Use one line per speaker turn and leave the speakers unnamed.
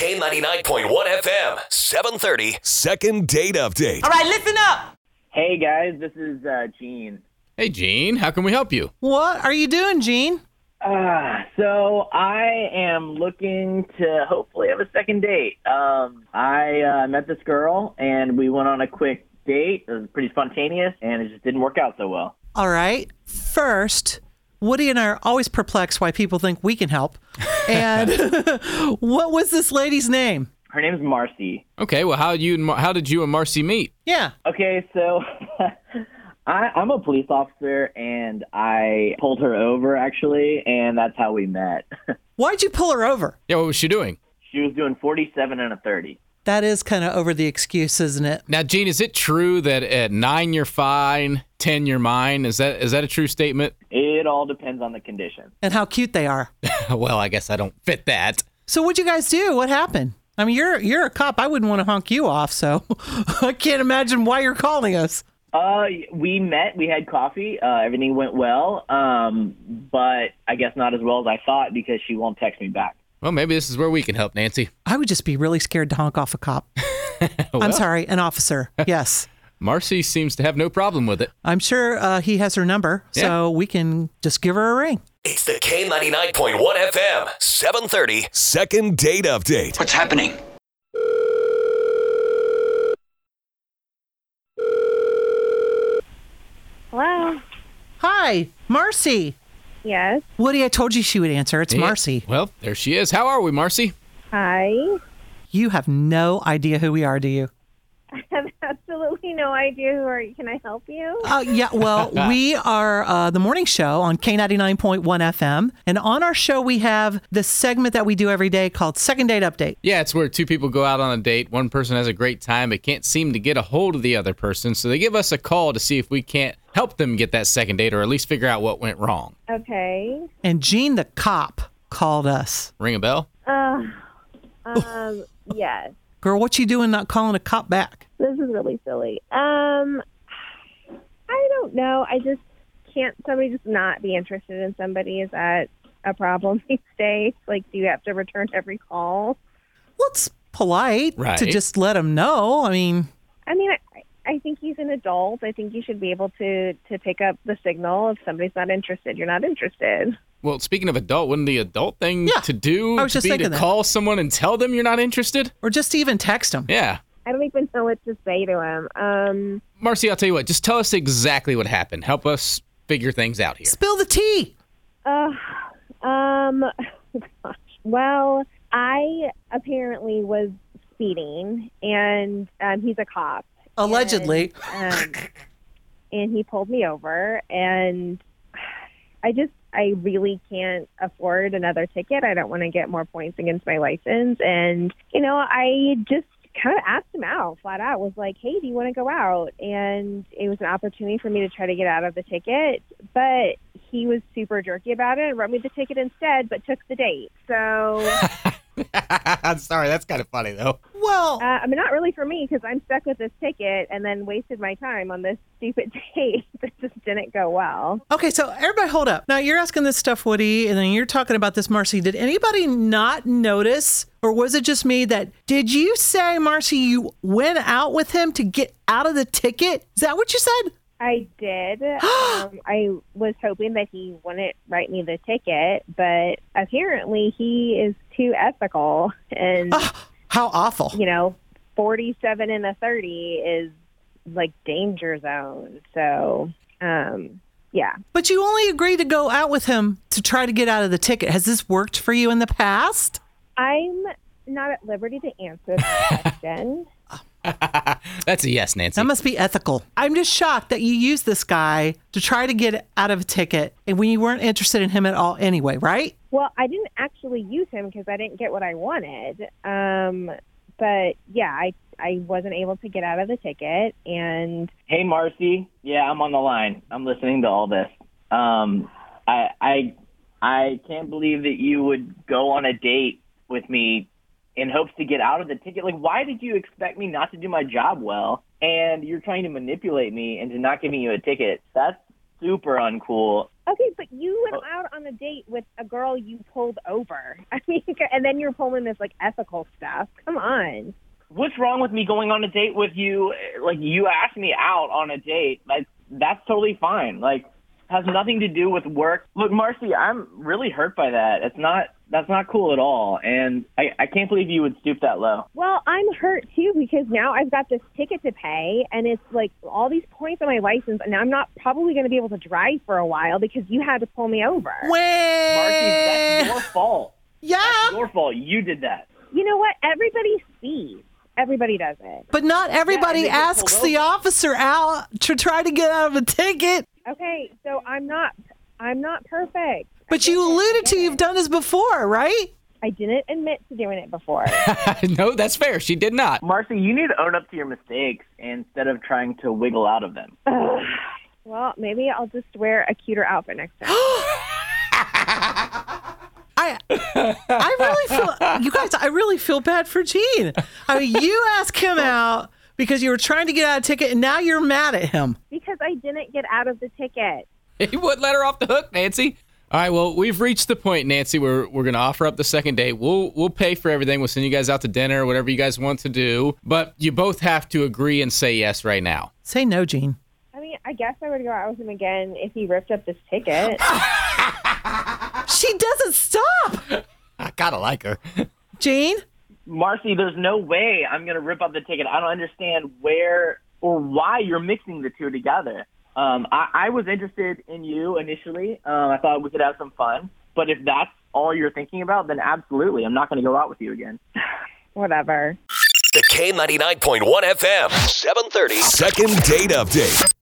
K99.1 FM, 730.
Second date update.
All right, listen up.
Hey guys, this is uh, Gene.
Hey, Gene, how can we help you?
What are you doing, Gene?
Uh, so I am looking to hopefully have a second date. Um, I uh, met this girl and we went on a quick date. It was pretty spontaneous and it just didn't work out so well.
All right. First, Woody and I are always perplexed why people think we can help. And what was this lady's name?
Her name's Marcy.
Okay, well, how you and Mar- how did you and Marcy meet?
Yeah.
Okay, so I, I'm a police officer and I pulled her over actually, and that's how we met.
Why'd you pull her over?
Yeah, what was she doing?
she was doing 47 and a 30.
That is kind of over the excuse, isn't it?
Now, Gene, is it true that at nine you're fine, ten you're mine? Is that is that a true statement?
It all depends on the condition.
And how cute they are.
well, I guess I don't fit that.
So what'd you guys do? What happened? I mean, you're you're a cop. I wouldn't want to honk you off, so I can't imagine why you're calling us.
Uh, we met, we had coffee, uh, everything went well, um, but I guess not as well as I thought because she won't text me back.
Well, maybe this is where we can help, Nancy.
I would just be really scared to honk off a cop. I'm sorry, an officer. Yes.
Marcy seems to have no problem with it.
I'm sure uh, he has her number,
Yeah.
so we can just give her a ring.
It's the K99.1 FM, 730.
Second date update.
What's happening?
Hello.
Hi, Marcy.
Yes.
Woody, I told you she would answer. It's Marcy.
Well, there she is. How are we, Marcy?
Hi.
You have no idea who we are, do you?
I have absolutely no idea who are you. Can I help you?
Uh, yeah, well, we are uh, the morning show on K99.1 FM. And on our show, we have this segment that we do every day called Second Date Update.
Yeah, it's where two people go out on a date. One person has a great time, but can't seem to get a hold of the other person. So they give us a call to see if we can't help them get that second date or at least figure out what went wrong.
Okay.
And Gene the cop called us.
Ring a bell?
Uh, um. yes.
Girl, what you doing not calling a cop back?
This is really silly. Um. I don't know. I just can't. Somebody just not be interested in somebody. Is that a problem these days? Like, do you have to return every call?
Well, it's polite
Right.
to just let him know. I mean,
I mean, I, I think he's an adult. I think you should be able to to pick up the signal if somebody's not interested. You're not interested.
Well, speaking of adult, wouldn't the adult thing
Yeah,
to do
I was
to
just
be to
thinking that.
call someone and tell them you're not interested?
or just even text him.
Yeah.
I don't even know what to say to him. Um,
Marcy, I'll tell you what, just tell us exactly what happened. Help us figure things out here.
Spill the tea.
uh, um, gosh. Well, I apparently was speeding, and um, he's a cop,
Allegedly.
um, and he pulled me over, and I just I really can't afford another ticket. I don't want to get more points against my license, and you know I just kind of asked him out flat out was like hey do you want to go out and it was an opportunity for me to try to get out of the ticket but he was super jerky about it and wrote me the ticket instead but took the date so
I'm sorry, that's kind of funny though.
Well,
uh, I mean, not really for me because I'm stuck with this ticket and then wasted my time on this stupid date that just didn't go well.
Okay, so everybody hold up. Now you're asking this stuff, Woody, and then you're talking about this, Marcy. Did anybody not notice, or was it just me that did you say, Marcy, you went out with him to get out of the ticket? Is that what you said?
I did. um, I was hoping that he wouldn't write me the ticket, but apparently he is too ethical. And,
Ah. How awful.
you know, 47 and a 30 is like danger zone. So, um, yeah.
But you only agreed to go out with him to try to get out of the ticket. Has this worked for you in the past?
I'm not at liberty to answer that question.
That's a yes, Nancy.
That must be ethical. I'm just shocked that you used this guy to try to get out of a ticket and when you weren't interested in him at all anyway, right?
Well, I didn't actually use him because I didn't get what I wanted. Um, but yeah, I I wasn't able to get out of the ticket, and
Hey Marcy, yeah, I'm on the line. I'm listening to all this. Um, I I I can't believe that you would go on a date with me in hopes to get out of the ticket. Like, why did you expect me not to do my job well? And you're trying to manipulate me into not giving you a ticket. That's super uncool.
Okay, but you went out on a date with a girl you pulled over. I mean, and then you're pulling this like ethical stuff. Come on.
What's wrong with me going on a date with you? Like you asked me out on a date. Like that's totally fine. Like has nothing to do with work. Look, Marcy, I'm really hurt by that. It's not that's not cool at all. And I, I can't believe you would stoop that low.
Well, I'm hurt too because now I've got this ticket to pay and it's like all these points on my license and I'm not probably going to be able to drive for a while because you had to pull me over.
Marcy,
Wait.
that's your fault.
Yeah.
Your fault. You did that.
You know what? Everybody sees. Everybody does it.
But not everybody
they get
asks
pulled
the
over.
officer out to try to get out of a ticket.
Okay, so I'm not I'm not perfect.
But you alluded to you've done this before, right?
I didn't admit to doing it before.
no, that's fair. She did not.
Marcy, you need to own up to your mistakes instead of trying to wiggle out of them.
well, maybe I'll just wear a cuter outfit next time.
I I really feel you guys. I really feel bad for Gene. I mean, you asked him out because you were trying to get out of ticket, and now you're mad at him.
because I didn't get out of the ticket.
He would let her off the hook, Nancy. All right, well, we've reached the point, Nancy, where we're going to offer up the second date. We'll we'll pay for everything. We'll send you guys out to dinner, whatever you guys want to do. But you both have to agree and say yes right now.
Say no, Gene.
I mean, I guess I would go out with him again if he ripped up this ticket.
She doesn't stop,
I gotta like her.
Gene.
Marcy, there's no way I'm going to rip up the ticket. I don't understand where or why you're mixing the two together. Um, I, I was interested in you initially. Um, I thought we could have some fun. But if that's all you're thinking about, then absolutely, I'm not going to go out with you again.
Whatever.
The K99.1 FM, 730.
Second date update.